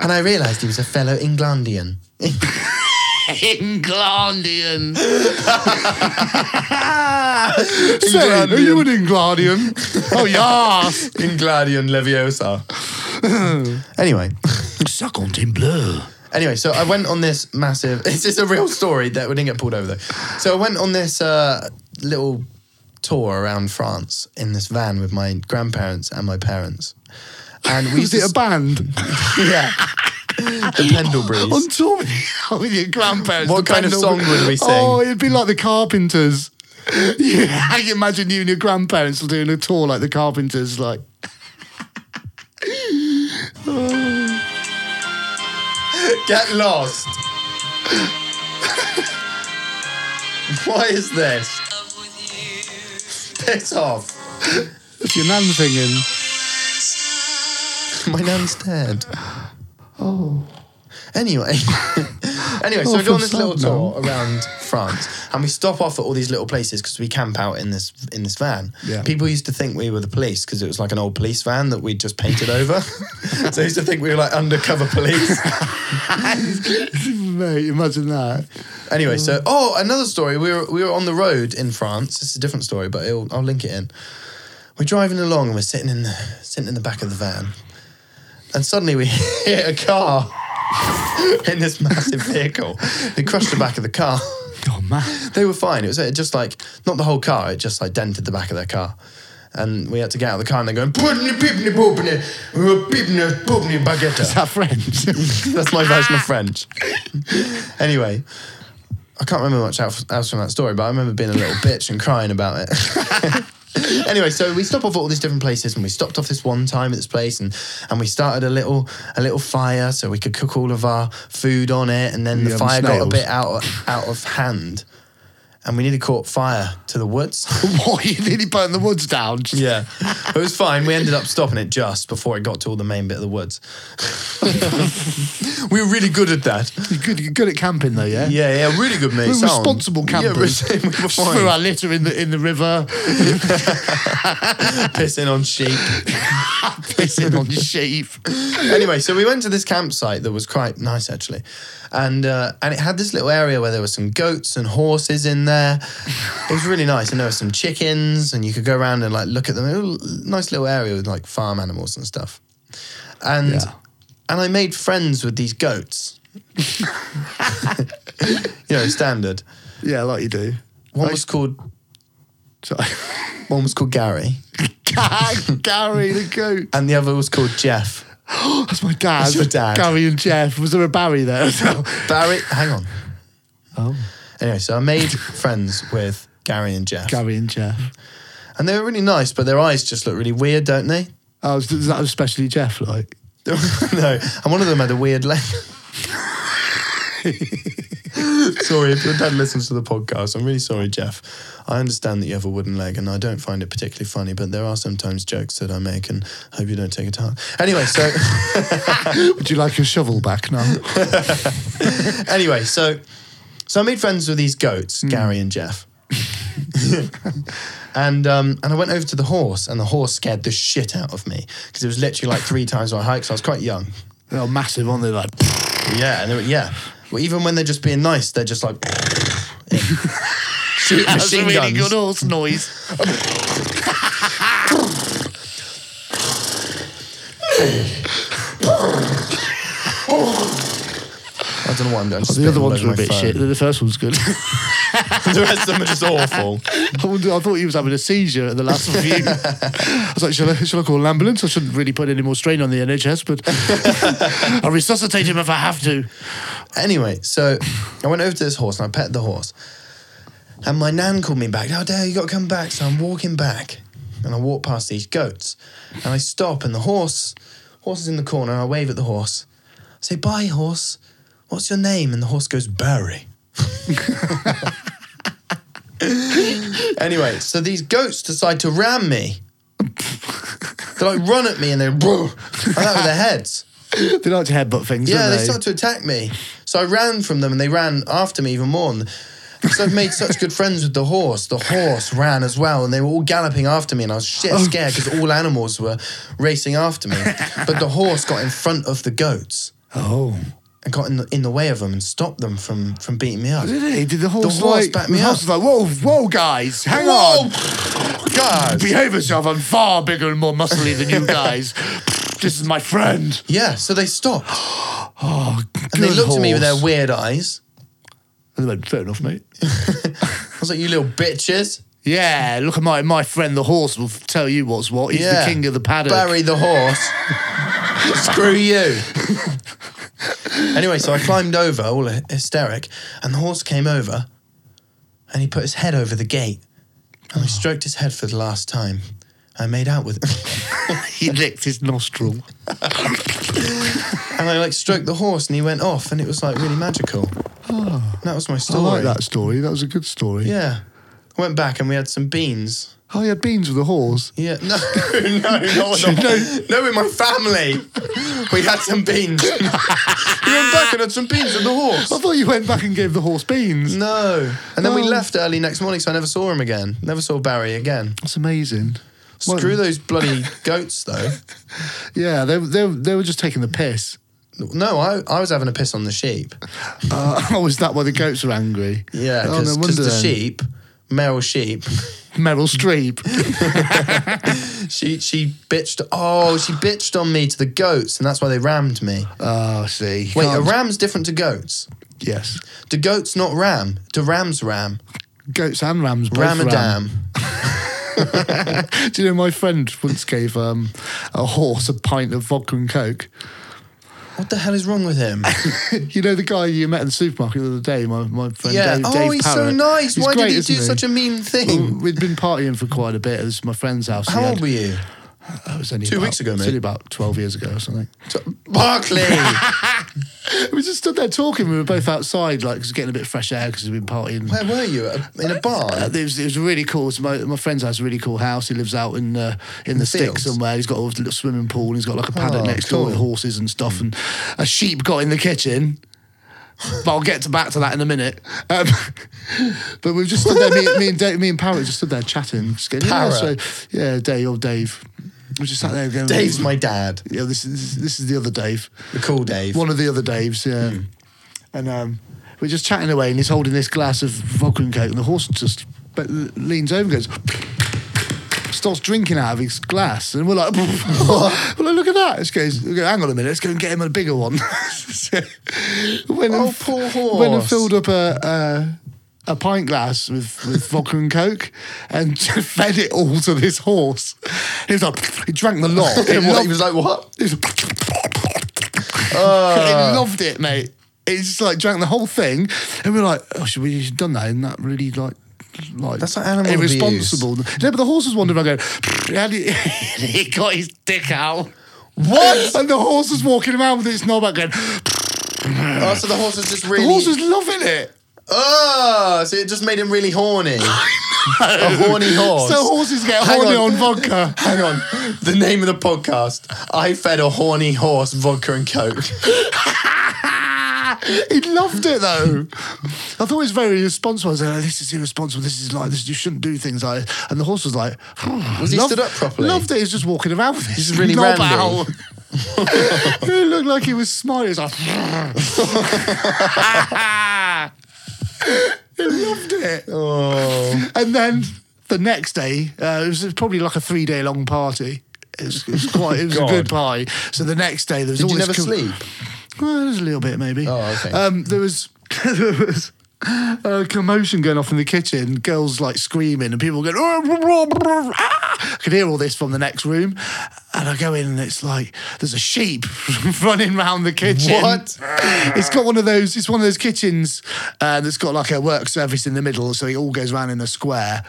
[SPEAKER 2] And I realised he was a fellow Englandian.
[SPEAKER 6] Englandian.
[SPEAKER 1] Say, are you an Englandian? oh, yes.
[SPEAKER 2] Englandian Leviosa. anyway,
[SPEAKER 6] Ça compte in bleu.
[SPEAKER 2] anyway, so I went on this massive. This is a real story that we didn't get pulled over though. So I went on this uh, little tour around France in this van with my grandparents and my parents. And we
[SPEAKER 1] Is it a band?
[SPEAKER 2] yeah. the Pendlebreeze.
[SPEAKER 1] on tour with, with your grandparents.
[SPEAKER 2] What
[SPEAKER 1] the
[SPEAKER 2] kind of
[SPEAKER 1] Pendle-
[SPEAKER 2] song would we sing?
[SPEAKER 1] Oh, it'd be like the Carpenters. Yeah, I can imagine you and your grandparents doing a tour like the Carpenters, like.
[SPEAKER 2] Get lost. what is this? Piss off.
[SPEAKER 1] If your nan singing,
[SPEAKER 2] My nan's dead. Oh. Anyway. anyway, so
[SPEAKER 1] Oh,
[SPEAKER 2] we go
[SPEAKER 1] feel
[SPEAKER 2] on this
[SPEAKER 1] sad
[SPEAKER 2] little tour around France and we stop off at all these little places because we camp out in this in this van.
[SPEAKER 1] Yeah.
[SPEAKER 2] People used to think we were the police because it was like an old police van that we'd just painted over. so they used to think we were like undercover police.
[SPEAKER 1] mate, imagine that.
[SPEAKER 2] Anyway, so oh, another story. We were we were on the road in France. It's a different story, but it'll, I'll link it in. We're driving along and we're sitting in the sitting in the back of the van, and suddenly we hit a car in this massive vehicle. It crushed the back of the car.
[SPEAKER 1] Oh man,
[SPEAKER 2] They were fine. It was uh, just like not the whole car. It just like dented the back of their car. And we had to get out of the car and they're going, "Poopney, peepney, poopney, uh, peepney, poopney, baguette.
[SPEAKER 1] that French.
[SPEAKER 2] That's my version of French. anyway, I can't remember much else else from that story, but I remember being a little bitch and crying about it. anyway, so we stop off at all these different places, and we stopped off this one time at this place, and and we started a little a little fire so we could cook all of our food on it, and then the
[SPEAKER 1] Yum,
[SPEAKER 2] fire got a
[SPEAKER 1] snails.
[SPEAKER 2] bit out out of hand, and we nearly caught fire to the woods.
[SPEAKER 1] what you nearly burnt the woods down?
[SPEAKER 2] Yeah, it was fine. We ended up stopping it just before it got to all the main bit of the woods. we were really good at that.
[SPEAKER 1] You're good, you're good at camping though, yeah.
[SPEAKER 2] Yeah, yeah, really good, mate.
[SPEAKER 1] We're
[SPEAKER 2] Sound.
[SPEAKER 1] responsible campers.
[SPEAKER 2] Yeah, we were
[SPEAKER 1] Just threw our
[SPEAKER 2] fine.
[SPEAKER 1] litter in the in the river,
[SPEAKER 2] Pissing on sheep.
[SPEAKER 1] pissing on sheep.
[SPEAKER 2] anyway, so we went to this campsite that was quite nice actually, and uh, and it had this little area where there were some goats and horses in there. It was really nice, and there were some chickens, and you could go around and like look at them. It was a nice little area with like farm animals and stuff, and
[SPEAKER 1] Yeah.
[SPEAKER 2] and I made friends with these goats. you know, standard.
[SPEAKER 1] Yeah, like you do.
[SPEAKER 2] One was called
[SPEAKER 1] Sorry.
[SPEAKER 2] one was called Gary,
[SPEAKER 1] Gary the goat.
[SPEAKER 2] and the other was called Jeff.
[SPEAKER 1] That's my dad.
[SPEAKER 2] That's your dad.
[SPEAKER 1] Gary and Jeff. Was there a Barry there as well?
[SPEAKER 2] Barry, hang on. Anyway, so I made friends with Gary and Jeff.
[SPEAKER 1] Gary and Jeff.
[SPEAKER 2] And they were really nice, but their eyes just look really weird, don't they?
[SPEAKER 1] Oh, is is that especially Jeff? Like,
[SPEAKER 2] no. And one of them had a weird leg. sorry, if your dad listens to the podcast, I'm really sorry, Jeff. I understand that you have a wooden leg and I don't find it particularly funny, but there are sometimes jokes that I make and I hope you don't take it to heart. Anyway, so
[SPEAKER 1] would you like your shovel back now?
[SPEAKER 2] anyway, so so I made friends with these
[SPEAKER 1] Hmm.
[SPEAKER 2] goats, Gary and Jeff. and um, and I went over to the horse, and the horse scared the shit out of me because it was literally like three times my height. So I was quite young.
[SPEAKER 1] They're massive, aren't they? Like,
[SPEAKER 2] Yeah, and they were, yeah. Well, even when they're just being nice, they're just like shoot
[SPEAKER 6] That's a
[SPEAKER 2] machine
[SPEAKER 6] really
[SPEAKER 2] guns.
[SPEAKER 6] good horse noise.
[SPEAKER 2] I don't know what I'm doing.
[SPEAKER 1] the other ones were a bit shit. The first one's good.
[SPEAKER 2] the rest of them are just awful.
[SPEAKER 1] I, wonder, I thought he was having a seizure at the last review. I was like, shall I, shall I call an ambulance? I shouldn't really put any more strain on the NHS, but I'll resuscitate him if I have to.
[SPEAKER 2] Anyway, so I went over to this horse and I pet the horse. And my nan called me back, Oh, Dad, you got to come back. So I'm walking back and I walk past these goats and I stop and the horse, horse is in the corner. And I wave at the horse. I say, Bye, horse. What's your name? And the horse goes, Barry. anyway, so these goats decide to ram me. They like run at me and they bro, and out with their heads.
[SPEAKER 1] They like to headbutt things,
[SPEAKER 2] Yeah,
[SPEAKER 1] don't
[SPEAKER 2] they
[SPEAKER 1] they?
[SPEAKER 2] started to attack me. So I ran from them and they ran after me even more. And so I've made such good friends with the horse. The horse ran as well and they were all galloping after me and I was shit scared because all animals were racing after me. But the horse got in front of the goats
[SPEAKER 1] oh.
[SPEAKER 2] and got in the, in the way of them and stopped them from, from beating me up.
[SPEAKER 1] Did he? Did the horse,
[SPEAKER 2] horse
[SPEAKER 1] like,
[SPEAKER 2] backed me
[SPEAKER 1] the horse
[SPEAKER 2] up.
[SPEAKER 1] was like, whoa, whoa, guys, hang on.
[SPEAKER 2] Guys.
[SPEAKER 1] Behave yourself. I'm far bigger and more muscly than you guys. this is my friend.
[SPEAKER 2] Yeah, so they stopped.
[SPEAKER 1] Oh,
[SPEAKER 2] And they looked at me with their weird eyes.
[SPEAKER 1] And they went, fair enough, mate.
[SPEAKER 2] I was like, you little bitches.
[SPEAKER 1] Yeah, look at my my friend the horse will tell you what's what. He's
[SPEAKER 2] yeah.
[SPEAKER 1] the king of the paddock.
[SPEAKER 2] Barry the horse. Screw you. Anyway, so I climbed over, all hy- hysteric, and the horse came over and he put his head over the gate. And I stroked his head for the last time. I made out with him.
[SPEAKER 6] He licked his nostril.
[SPEAKER 2] and I like stroked the horse and he went off and it was like really magical. And that was my
[SPEAKER 1] I
[SPEAKER 2] story.
[SPEAKER 1] like that story. That was a good story.
[SPEAKER 2] Yeah. I went back and we had some beans.
[SPEAKER 1] Oh, you had beans with a horse.
[SPEAKER 2] Yeah. No, no, not no, no, in my family. We had some beans. we went back and had some beans with the horse.
[SPEAKER 1] I thought you went back and gave the horse
[SPEAKER 2] Mm,
[SPEAKER 1] beans.
[SPEAKER 2] No. And then we
[SPEAKER 1] Oh.
[SPEAKER 2] left early next morning, so I never saw him again. Never saw Barry again.
[SPEAKER 1] That's amazing. Well-
[SPEAKER 2] Screw those bloody goats, though.
[SPEAKER 1] Yeah, they, they, they were just taking the piss.
[SPEAKER 2] No, I, I was having a piss on the sheep.
[SPEAKER 1] Uh, oh, is that why the goats are angry?
[SPEAKER 2] Yeah,
[SPEAKER 1] Oh, no
[SPEAKER 2] because
[SPEAKER 1] wonder
[SPEAKER 2] the
[SPEAKER 1] then.
[SPEAKER 2] sheep, male sheep,
[SPEAKER 1] Meryl Streep.
[SPEAKER 2] she she bitched. Oh, she bitched on me to the goats, and that's why they rammed me.
[SPEAKER 1] Oh, I see.
[SPEAKER 2] Wait, a
[SPEAKER 1] Can't-
[SPEAKER 2] ram's different to goats.
[SPEAKER 1] Yes.
[SPEAKER 2] Do goats not ram? Do rams ram?
[SPEAKER 1] Goats and rams. both ram.
[SPEAKER 2] Ramadan.
[SPEAKER 1] Do you know my friend once gave um, a horse a pint of vodka and coke?
[SPEAKER 2] What the hell is wrong with him?
[SPEAKER 1] You know the guy you met in the supermarket the other day, my, my friend
[SPEAKER 2] yeah.
[SPEAKER 1] Dave,
[SPEAKER 2] oh,
[SPEAKER 1] Dave
[SPEAKER 2] he's so
[SPEAKER 1] Parrott.
[SPEAKER 2] nice.
[SPEAKER 1] He's
[SPEAKER 2] why
[SPEAKER 1] great,
[SPEAKER 2] did he
[SPEAKER 1] isn't
[SPEAKER 2] do such a mean
[SPEAKER 1] Well,
[SPEAKER 2] thing?
[SPEAKER 1] We'd been partying for quite a bit. It was my friend's house.
[SPEAKER 2] How
[SPEAKER 1] He
[SPEAKER 2] old
[SPEAKER 1] had-
[SPEAKER 2] were you?
[SPEAKER 1] It was only
[SPEAKER 2] Two
[SPEAKER 1] about-
[SPEAKER 2] weeks ago,
[SPEAKER 1] it was
[SPEAKER 2] mate.
[SPEAKER 1] only about 12 years ago or something.
[SPEAKER 2] Barclay.
[SPEAKER 1] We just stood there talking. We were both outside, like, just getting a bit of fresh air because we'd been partying.
[SPEAKER 2] Where were you? At a- In a
[SPEAKER 1] Uh,
[SPEAKER 2] bar?
[SPEAKER 1] it was, it was really cool. It's my, my friend's house, a really cool house. He lives out in uh, in the,
[SPEAKER 2] fields?
[SPEAKER 1] sticks somewhere. He's got a little swimming pool. And he's got like a paddock
[SPEAKER 2] Oh,
[SPEAKER 1] next door with
[SPEAKER 2] cool.
[SPEAKER 1] horses and stuff. And a sheep got in the kitchen. But I'll get to back to that in a minute. Um, but we've just stood there. Me, me and Dave, me and Parrot just stood there chatting. Just going, yeah, so
[SPEAKER 2] Parrot.
[SPEAKER 1] yeah, Dave or Dave. We just sat there going,
[SPEAKER 2] Dave's my dad.
[SPEAKER 1] Yeah, this is this is the other Dave.
[SPEAKER 2] The cool Dave.
[SPEAKER 1] One of the other Daves, yeah.
[SPEAKER 2] Hmm.
[SPEAKER 1] And um, we're just chatting away, and he's holding this glass of vodka and coke, and the horse just but leans over and goes, starts drinking out of his glass. And we're like, well, look at that. It goes, we go, hang on a minute, let's go and get him a bigger one. So, when
[SPEAKER 2] Oh, poor horse.
[SPEAKER 1] When I filled up a. a a pint glass with, with vodka and coke and fed it all to this horse. He was like, he drank the lot. He
[SPEAKER 2] And what,
[SPEAKER 1] loved
[SPEAKER 2] he was like, what?
[SPEAKER 1] it was-
[SPEAKER 2] Oh. Uh.
[SPEAKER 1] He loved it, mate. It's just like drank the whole thing, and we are like, "Oh, should we have done that?" And that really like. Like
[SPEAKER 2] That's like animal
[SPEAKER 1] irresponsible. No, but the horse was wandering around going, and he, he got his dick out.
[SPEAKER 2] What?
[SPEAKER 1] And the horse was walking around with its knob out going, the
[SPEAKER 2] Oh, so the horse was just really.
[SPEAKER 1] horse was loving it.
[SPEAKER 2] Oh, so it just made him really horny. A horny horse.
[SPEAKER 1] So horses get
[SPEAKER 2] Hang
[SPEAKER 1] horny
[SPEAKER 2] on.
[SPEAKER 1] on. vodka.
[SPEAKER 2] Hang on. The name of the podcast I Fed a Horny Horse Vodka and Coke.
[SPEAKER 1] Ah, he loved it though. I thought it was very irresponsible. I was like, oh, this is irresponsible. This is like this. You shouldn't do things like this. And the horse was like, "Hmm,
[SPEAKER 2] Was he stood up properly?
[SPEAKER 1] Loved it. He was just walking around with his
[SPEAKER 2] really
[SPEAKER 1] knob
[SPEAKER 2] randy.
[SPEAKER 1] out. it looked like he was smiling. He was like, "Hmm." he loved it.
[SPEAKER 2] Oh.
[SPEAKER 1] And then the next day, uh, it was probably like a three day long party. It was, it was quite. It was a good party. So the next day, there was
[SPEAKER 2] Did
[SPEAKER 1] all
[SPEAKER 2] you
[SPEAKER 1] this
[SPEAKER 2] never
[SPEAKER 1] cool-
[SPEAKER 2] sleep?
[SPEAKER 1] well, there's a little bit, maybe.
[SPEAKER 2] Oh, okay.
[SPEAKER 1] Um, there was there was a commotion going off in the kitchen. Girls like screaming, and people going. "Oh, blah, blah, blah, blah, ah!" I could hear all this from the next room, and I go in, and it's like there's a sheep running round the kitchen.
[SPEAKER 2] What?
[SPEAKER 1] It's got one of those. It's one of those kitchens uh, that's got like a work surface in the middle, so it all goes round in a square.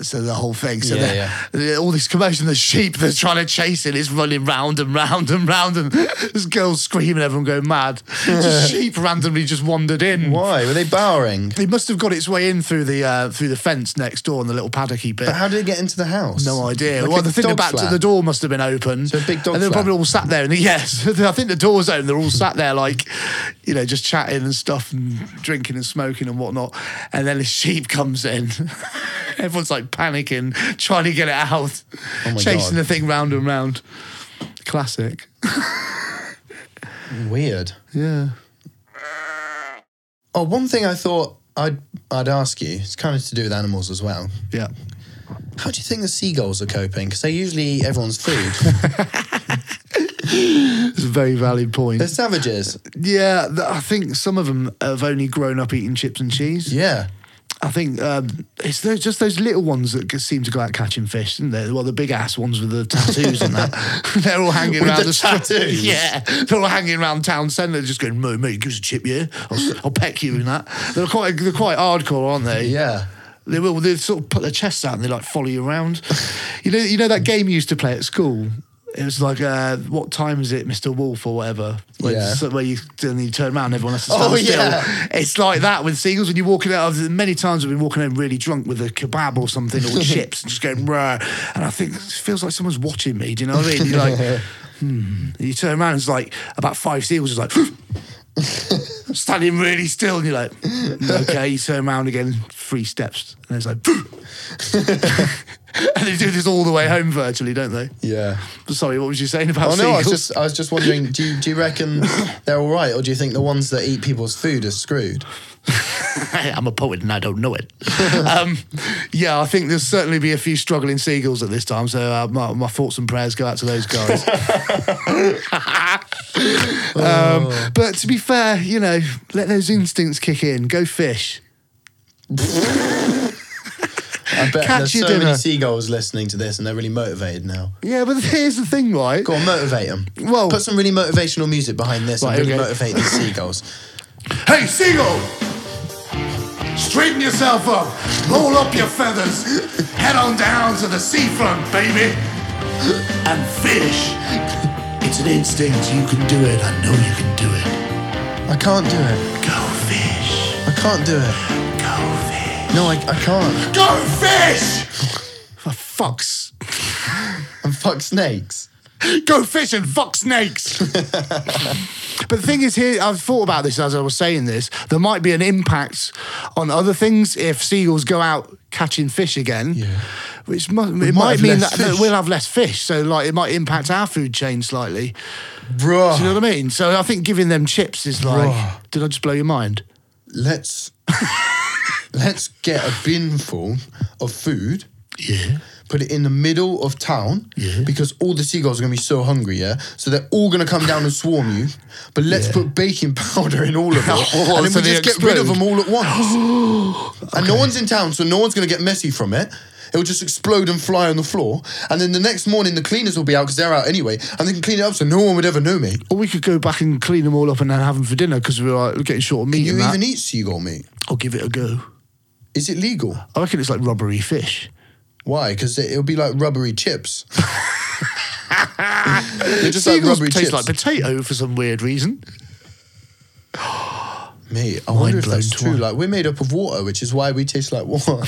[SPEAKER 1] So the whole thing. So
[SPEAKER 2] Yeah,
[SPEAKER 1] the-
[SPEAKER 2] yeah.
[SPEAKER 1] the- all this commotion, the sheep that's trying to chase it is running round and round and round, and this girl's screaming, everyone going mad. Just sheep randomly just wandered in.
[SPEAKER 2] Why? Were they bowering?
[SPEAKER 1] It must have got its way in through the uh, through the fence next door and the little paddocky bit.
[SPEAKER 2] But how did it get into the house?
[SPEAKER 1] No idea.
[SPEAKER 2] Like
[SPEAKER 1] well,
[SPEAKER 2] a
[SPEAKER 1] the thing
[SPEAKER 2] dog
[SPEAKER 1] about
[SPEAKER 2] flap.
[SPEAKER 1] the door must have been open.
[SPEAKER 2] So a big dog
[SPEAKER 1] And they're
[SPEAKER 2] flap.
[SPEAKER 1] probably all sat there. And yes, I think the door's open. They're all sat there, like, you know, just chatting and stuff and drinking and smoking and whatnot. And then a sheep comes in. Everyone's like panicking, trying to get it out,
[SPEAKER 2] Oh my God.
[SPEAKER 1] chasing the thing round and round. Classic.
[SPEAKER 2] Weird.
[SPEAKER 1] Yeah.
[SPEAKER 2] Oh, one thing I thought I'd, I'd ask you, it's kind of to do with animals as well.
[SPEAKER 1] Yeah.
[SPEAKER 2] How do you think the seagulls are coping? Because they usually eat everyone's food.
[SPEAKER 1] It's a very valid point.
[SPEAKER 2] They're savages.
[SPEAKER 1] yeah. th- I think some of them have only grown up eating chips and cheese.
[SPEAKER 2] Yeah.
[SPEAKER 1] I think um, it's those, just those little ones that g- seem to go out catching fish, isn't they? Well, the big ass ones with the tattoos and that. They're all hanging
[SPEAKER 2] With
[SPEAKER 1] around
[SPEAKER 2] the
[SPEAKER 1] the, street.
[SPEAKER 2] tattoos?
[SPEAKER 1] Yeah, they're all hanging around town centre, just going, "Mate, mate, give us a chip, yeah? I'll, s- I'll peck you and that." They're quite, they're quite hardcore, aren't they?
[SPEAKER 2] Yeah.
[SPEAKER 1] They will. They sort of put their chests out and they like follow you around. you know, you know that game you used to play at school. It was like, uh, what time is it, Mister Wolf or whatever? Where,
[SPEAKER 2] Yeah.
[SPEAKER 1] so- where you and you turn around, and everyone has to stand
[SPEAKER 2] Oh,
[SPEAKER 1] still.
[SPEAKER 2] yeah.
[SPEAKER 1] It's like that with seagulls when you're walking out. I've- Many times I've been walking home really drunk with a kebab or something or chips, and just going rah. And I think it feels like someone's watching me. Do you know what I mean? You're like, hmm. And you turn around, and it's like about five seagulls. It's like. standing really still, and you're like, "Hmm, okay, you turn around again, three steps, and it's like, and they do this all the way home virtually, don't they?
[SPEAKER 2] Yeah.
[SPEAKER 1] Sorry, what was you saying about
[SPEAKER 2] Oh no! I was
[SPEAKER 1] seagulls?
[SPEAKER 2] just, I was just wondering. Do you, do you reckon they're all right, or do you think the ones that eat people's food are screwed?
[SPEAKER 1] I'm a poet and I don't know it. um, yeah, I think there'll certainly be a few struggling seagulls at this time, so uh, my, my thoughts and prayers go out to those guys. um, but to be fair, you know, let those instincts kick in. Go fish.
[SPEAKER 2] I bet
[SPEAKER 1] Catch
[SPEAKER 2] there's
[SPEAKER 1] your
[SPEAKER 2] so
[SPEAKER 1] dinner.
[SPEAKER 2] many seagulls listening to this, and they're really motivated now.
[SPEAKER 1] Yeah, but here's the thing, right?
[SPEAKER 2] Go on, motivate them.
[SPEAKER 1] Well-
[SPEAKER 2] put some really motivational music behind this
[SPEAKER 1] Right,
[SPEAKER 2] and really
[SPEAKER 1] okay.
[SPEAKER 2] motivate these seagulls.
[SPEAKER 1] Hey, seagull!
[SPEAKER 7] Straighten yourself up, roll up your feathers, head on down to the seafront, baby.
[SPEAKER 1] and fish. It's an instinct. You can do it. I know you can do it.
[SPEAKER 2] I can't do it.
[SPEAKER 1] Go fish.
[SPEAKER 2] I can't do it.
[SPEAKER 1] Go fish.
[SPEAKER 2] No, I, I can't.
[SPEAKER 1] Go fish! For fucks.
[SPEAKER 2] And fuck snakes.
[SPEAKER 1] Go fish and fuck snakes. but the thing is, here I've thought about this as I was saying this. There might be an impact on other things if seagulls go out catching fish again.
[SPEAKER 2] Yeah.
[SPEAKER 1] Which mu- it
[SPEAKER 2] might
[SPEAKER 1] might
[SPEAKER 2] have
[SPEAKER 1] mean
[SPEAKER 2] less
[SPEAKER 1] that, that
[SPEAKER 2] fish.
[SPEAKER 1] we'll have less fish, so like it might impact our food chain slightly.
[SPEAKER 2] Bruh.
[SPEAKER 1] Do you know
[SPEAKER 2] Ah.
[SPEAKER 1] what I mean? So I think giving them chips is like,
[SPEAKER 2] Right.
[SPEAKER 1] did I just blow your mind?
[SPEAKER 2] let's let's get a binful of food.
[SPEAKER 1] Yeah.
[SPEAKER 2] Put it in the middle of town
[SPEAKER 1] Yeah.
[SPEAKER 2] because all the seagulls are gonna be so hungry, yeah. So they're all gonna come down and swarm you. But let's put baking powder in all of them,
[SPEAKER 1] Oh,
[SPEAKER 2] and then
[SPEAKER 1] so
[SPEAKER 2] we
[SPEAKER 1] they
[SPEAKER 2] just get rid of them
[SPEAKER 1] explode.
[SPEAKER 2] all at once. And no one's in town, so no one's gonna get messy from it. It will just explode and fly on the floor. And then the next morning, the cleaners will be out because they're out anyway, and they can clean it up so no one would ever know me.
[SPEAKER 1] Or we could go back and clean them all up and then have them for dinner because we're, like, we're getting short of meat.
[SPEAKER 2] You
[SPEAKER 1] and that.
[SPEAKER 2] even eat seagull meat?
[SPEAKER 1] I'll give it a go.
[SPEAKER 2] Is it legal?
[SPEAKER 1] I reckon it's like rubbery fish.
[SPEAKER 2] Why? Because it, it'll be like rubbery chips. They're just like
[SPEAKER 1] Seagulls
[SPEAKER 2] rubbery
[SPEAKER 1] taste
[SPEAKER 2] chips.
[SPEAKER 1] like potato for some weird reason.
[SPEAKER 2] Mate, I wonder if
[SPEAKER 1] blown
[SPEAKER 2] that's
[SPEAKER 1] to
[SPEAKER 2] true.
[SPEAKER 1] one.
[SPEAKER 2] Like, we're made up of water, which is why we taste like water.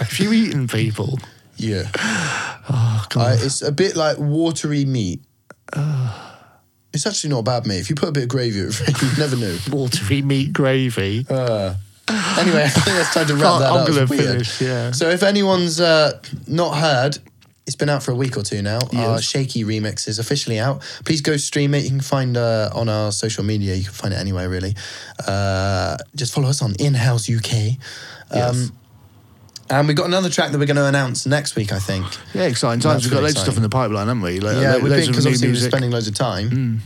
[SPEAKER 1] If you eaten people,
[SPEAKER 2] yeah. I, it's a bit like watery meat.
[SPEAKER 1] Uh.
[SPEAKER 2] It's actually not bad, mate. If you put a bit of gravy over it, you'd never know.
[SPEAKER 1] watery meat gravy.
[SPEAKER 2] Anyway, I think it's time to wrap
[SPEAKER 1] Oh,
[SPEAKER 2] that
[SPEAKER 1] I'm
[SPEAKER 2] up. It's
[SPEAKER 1] gonna
[SPEAKER 2] weird.
[SPEAKER 1] finish, yeah.
[SPEAKER 2] So if anyone's uh, not heard, it's been out for a week or two now. Our
[SPEAKER 1] Yes.
[SPEAKER 2] shaky remix is officially out. Please go stream it. You can find uh, on our social media. You can find it anywhere really. Uh, just follow us on In House UK. Um, And we've got another track that we're going to announce next week, I think.
[SPEAKER 1] yeah, exciting times.
[SPEAKER 2] That's
[SPEAKER 1] We've got
[SPEAKER 2] really
[SPEAKER 1] loads of stuff
[SPEAKER 2] exciting.
[SPEAKER 1] in the pipeline, haven't we? Like,
[SPEAKER 2] Yeah,
[SPEAKER 1] Uh, lo-
[SPEAKER 2] we've
[SPEAKER 1] loads
[SPEAKER 2] been
[SPEAKER 1] of
[SPEAKER 2] because
[SPEAKER 1] new
[SPEAKER 2] obviously we're
[SPEAKER 1] music. Hmm.
[SPEAKER 2] spending loads of time.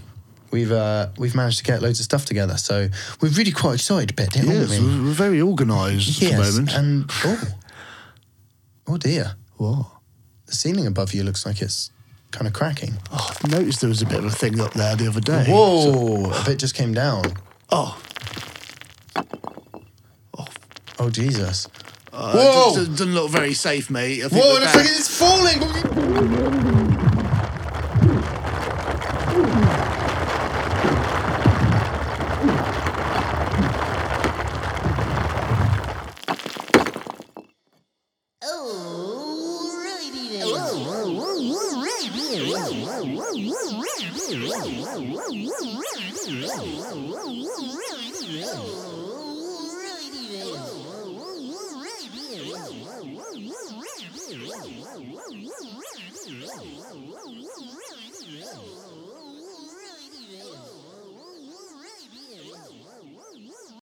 [SPEAKER 2] We've uh, we've managed to get loads of stuff together, so we're really quite excited about it, aren't we?
[SPEAKER 1] Yes, we're we're very organised at the moment.
[SPEAKER 2] And oh, oh dear,
[SPEAKER 1] what?
[SPEAKER 2] the ceiling above you looks like it's kind of cracking.
[SPEAKER 1] Oh, I noticed there was a bit of a thing up there the other day.
[SPEAKER 2] Whoa, a bit just came down.
[SPEAKER 1] Oh,
[SPEAKER 2] Oh Jesus!
[SPEAKER 1] Whoa.
[SPEAKER 2] Whoa.
[SPEAKER 1] Doesn't, doesn't look very safe, mate. I think
[SPEAKER 2] Whoa, it
[SPEAKER 1] we're
[SPEAKER 2] looks
[SPEAKER 1] back.
[SPEAKER 2] like it's falling.
[SPEAKER 5] Oh,